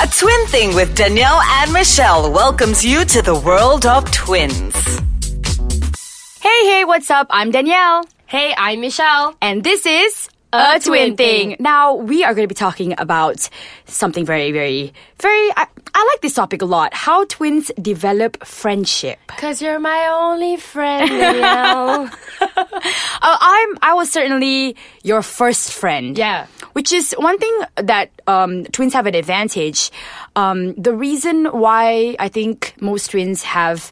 A Twin Thing with Danielle and Michelle welcomes you to the world of twins. Hey, hey, what's up? I'm Danielle. Hey, I'm Michelle. And this is A Twin Thing. Now, we are going to be talking about something very, very, very. I, I like this topic a lot how twins develop friendship. Cause you're my only friend, Danielle. Uh, I'm, I was certainly your first friend. Yeah. Which is one thing that um, twins have an advantage. Um, the reason why I think most twins have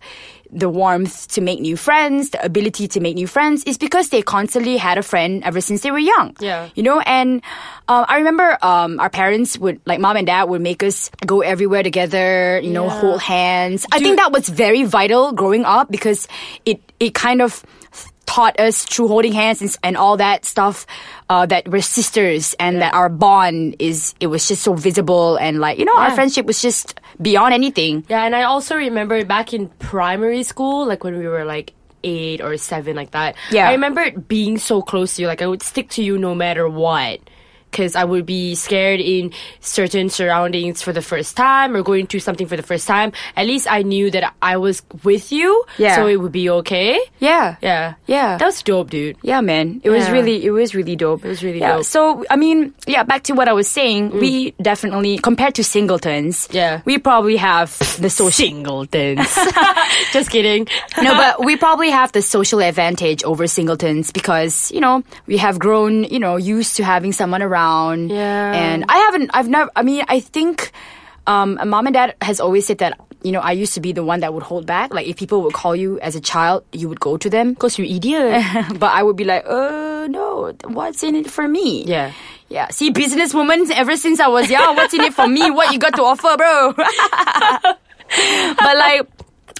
the warmth to make new friends, the ability to make new friends, is because they constantly had a friend ever since they were young. Yeah. You know, and uh, I remember um, our parents would, like mom and dad, would make us go everywhere together, you know, hold hands. I think that was very vital growing up because it, it kind of taught us through holding hands and, s- and all that stuff uh, that we're sisters and that our bond is it was just so visible and like you know our Yeah. friendship was just beyond anything yeah, and I also remember back in primary school, like when we were like eight or seven, like that. Yeah. I remember it being so close to you. Like I would stick to you no matter what. Because I would be scared in certain surroundings for the first time or going to something for the first time. At least I knew that I was with you, Yeah. so it would be okay. yeah Yeah, Yeah. that was dope, dude. Yeah, man. It was Yeah. really, it was really dope. It was really dope. Mm. So, I mean, yeah, back to what I was saying, we definitely, compared to singletons, Yeah. we probably have the social, Singletons. Just kidding. no, but we probably have the social advantage over singletons because, you know, we have grown, you know, used to having someone around. Yeah. And I haven't, I've never, I mean, I think, um, mom and dad has always said that, you know, I used to be the one that would hold back. Like, if people would call you as a child, you would go to them. Because you idiot. but I would be like, uh, no, what's in it for me? Yeah. Yeah. See, businesswoman, ever since I was young, what's in it for me? What you got to offer, bro? but like,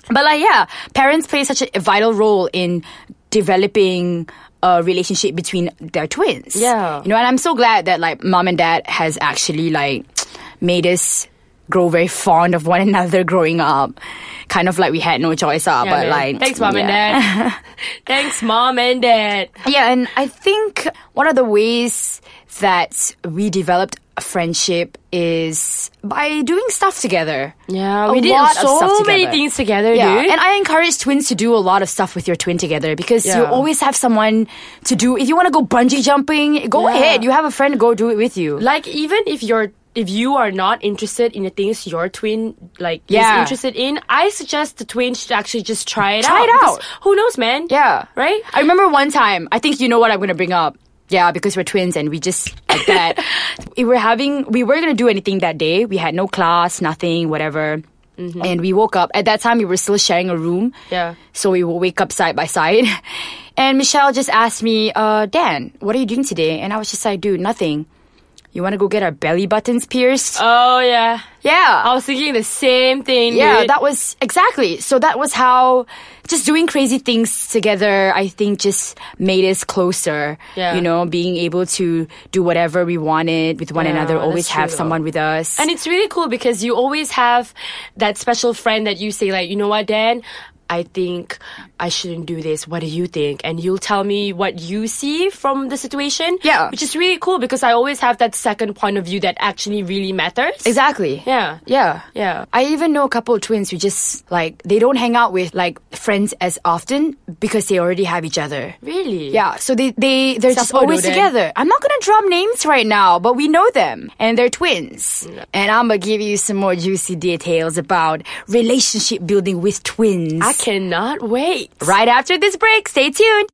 but like, yeah, parents play such a vital role in developing a relationship between their twins. Yeah. You know, and I'm so glad that like mom and dad has actually like made us grow very fond of one another growing up. Kind of like we had no choice, uh, Yeah, but man. like thanks, mom and yeah. dad. thanks, mom and dad. Yeah, and I think one of the ways that we developed a friendship is by doing stuff together. Yeah, A we did lot of so stuff many together. things together, Yeah, dude. and I encourage twins to do a lot of stuff with your twin together because you Yeah. always have someone to do. If you want to go bungee jumping, go Yeah. ahead. You have a friend, go do it with you. like even if you're if you are not interested in the things your twin like Yeah. is interested in, I suggest the twins should actually just try it Try out. it because out. Who knows, man? Yeah. Right? I remember one time, I think you know what I'm going to bring up. Yeah, because we're twins and we just like that. we were having, we weren't going to do anything that day. We had no class, nothing, whatever. And we woke up. At that time, we were still sharing a room. Mm-hmm. Yeah. So we would wake up side by side. And Michelle just asked me, uh, Dan, what are you doing today? And I was just like, dude, nothing. You want to go get our belly buttons pierced? Oh yeah. yeah. I was thinking the same thing. Yeah, dude. that was exactly. So that was how just doing crazy things together, I think just made us closer. Yeah. You know, being able to do whatever we wanted with one Yeah, another, that's always true have though. someone with us. And it's really cool because you always have that special friend that you say, like, you know what, Dan? I think I shouldn't do this. What do you think? And you'll tell me what you see from the situation. Yeah. Which is really cool because I always have that second point of view that actually really matters. exactly. Yeah. Yeah. Yeah. I even know a couple of twins who just like they don't hang out with like friends as often because they already have each other. Really? Yeah, so they they they're just Sapporo always then. together. I'm not gonna drop names right now, but we know them and they're twins. And I'm gonna give you some more juicy details about relationship building with twins. I cannot wait. right after this break, stay tuned.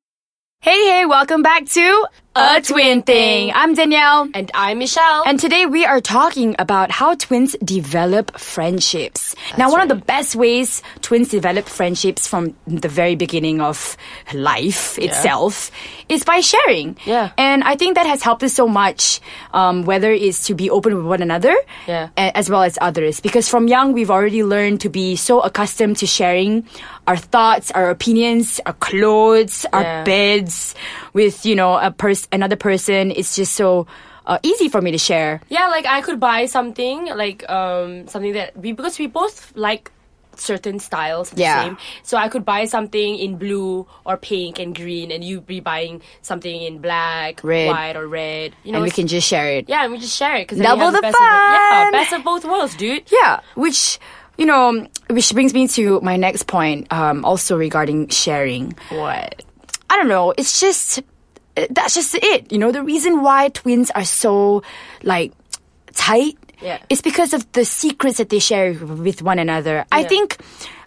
Hey hey, welcome back to A Twin Thing. I'm Danielle. And I'm Michelle. And today we are talking about how twins develop friendships. now, one of the best ways twins develop friendships from the very beginning of life itself is by sharing. Yeah. And I think that has helped us so much, um, whether it's to be open with one another Yeah. a- as well as others. Because from young, we've already learned to be so accustomed to sharing our thoughts, our opinions, our clothes, our Yeah. beds with, you know, a pers- another person. It's just so uh, easy for me to share. yeah, like I could buy something, like um something that we because we both like certain styles the Yeah. same. So I could buy something in blue or pink and green, and you'd be buying something in black, Red. white, or red. You know, and we it's- can just share it. yeah, and we just share it because Double the best Of, yeah, fun! best of both worlds, dude. Yeah, which you know, which brings me to my next point, um, also regarding sharing. What? I don't know. It's just uh, that's just it. You know, the reason why twins are so like tight Yeah. is because of the secrets that they share with one another. I think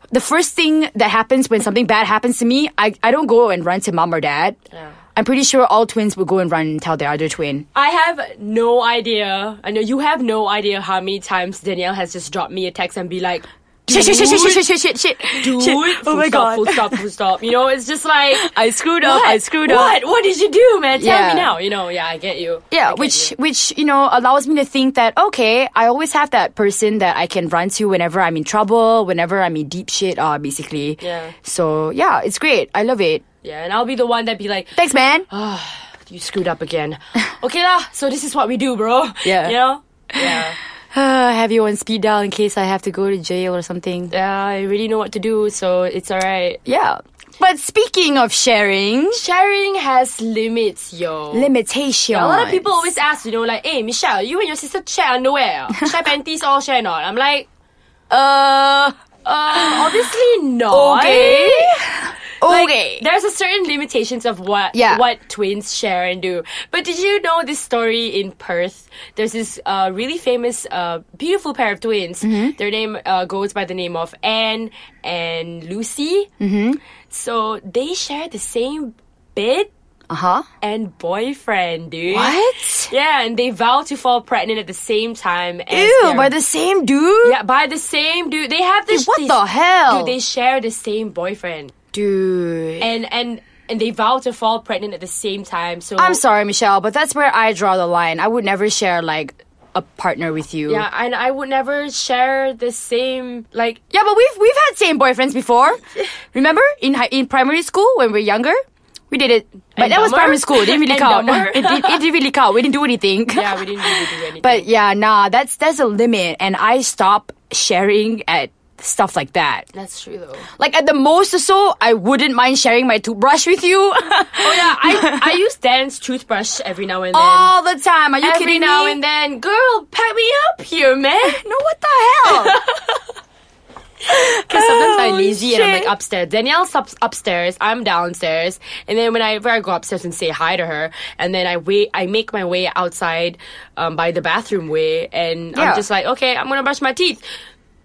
the first thing that happens when something bad happens to me, I, I don't go and run to mom or dad. Yeah. I'm pretty sure all twins will go and run and tell their other twin. I have no idea. I know you have no idea how many times Danielle has just dropped me a text and be like, Shit, shit, shit, shit, "Dude, shit, shit, shit, shit, Oh dude, shit. full stop, full stop, full stop. You know, it's just like I screwed up. I what? screwed up. What? What did you do, man? Tell Yeah. me now. You know, yeah, I get you. I Yeah, get which you. which you know allows me to think that okay, I always have that person that I can run to whenever I'm in trouble, whenever I'm in deep shit, uh, basically. Yeah. So yeah, it's great. I love it. yeah, and I'll be the one that be like, "Ah, Thanks, man. Uh, you screwed up again. okay lah. So this is what we do, bro. Yeah. you know. Yeah, Uh, have you on speed dial in case I have to go to jail or something? yeah. I really know what to do, so it's alright. Yeah. But speaking of sharing, Sharing has limits, yo. limitation. A lot of people always ask, you know, like, hey, Michelle, you and your sister share underwear, ah? share panties, or share not? I'm like, Uh. uh, obviously not. Okay. Like, okay. There's a certain limitations of what Yeah. what twins share and do. But did you know this story in Perth? There's this uh, really famous, uh, beautiful pair of twins. Mm-hmm. Their name uh, goes by the name of Anne and Lucy. Mm-hmm. So they share the same bed Uh huh. and boyfriend, dude. What? Yeah, and they vow to fall pregnant at the same time. As Ew, their- by the same dude. yeah, by the same dude. They have this. What they- the hell, Dude, they share the same boyfriend, dude. and and and they vow to fall pregnant at the same time. So I'm sorry, Michelle, but that's where I draw the line. I would never share like a partner with you. Yeah, and I would never share the same like. Yeah, but we've we've had same boyfriends before. Remember in high, in primary school when we were younger, we did it. But And that was dumber. primary school. It didn't really And count. dumber. It, did, it didn't really count. We didn't do anything. Yeah, we didn't really do anything. But yeah, nah, that's that's a limit, and I stop sharing at stuff like that. that's true though. Like at the most or so, I wouldn't mind sharing my toothbrush with you. Oh yeah, I I use Dan's toothbrush every now and then. all the time. Are you Oh, every kidding now me? and then, girl, pat me up here, man. no, what the hell? Because sometimes I'm Oh, lazy and I'm shit. like upstairs. Danielle's up- upstairs. I'm downstairs. And then when I, where I go upstairs and say hi to her, and then I wait, I make my way outside um, by the bathroom way, and Yeah. I'm just like, okay, I'm gonna brush my teeth.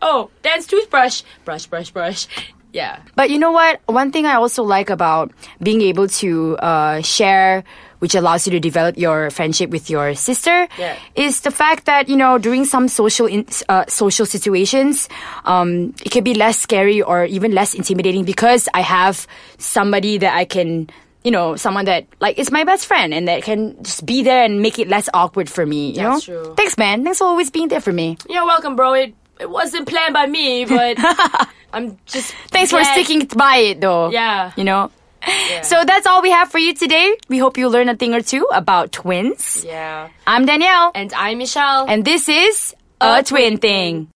Oh, Dan's toothbrush. Brush, brush, brush. Yeah. But you know what? One thing I also like about being able to uh, share, which allows you to develop your friendship with your sister, Yeah. is the fact that you know during some social in, uh, social situations, um, it can be less scary or even less intimidating because I have somebody that I can. You know, someone that like is my best friend and that can just be there and make it less awkward for me. You That's know, true. thanks, man. Thanks for always being there for me. You're welcome, bro. It, it wasn't planned by me, but I'm just. Thanks for glad- sticking by it, though. Yeah. you know. So that's all we have for you today. We hope you learn a thing or two about twins. Yeah. I'm Danielle, And I'm Michelle. and this is A Twin Thing.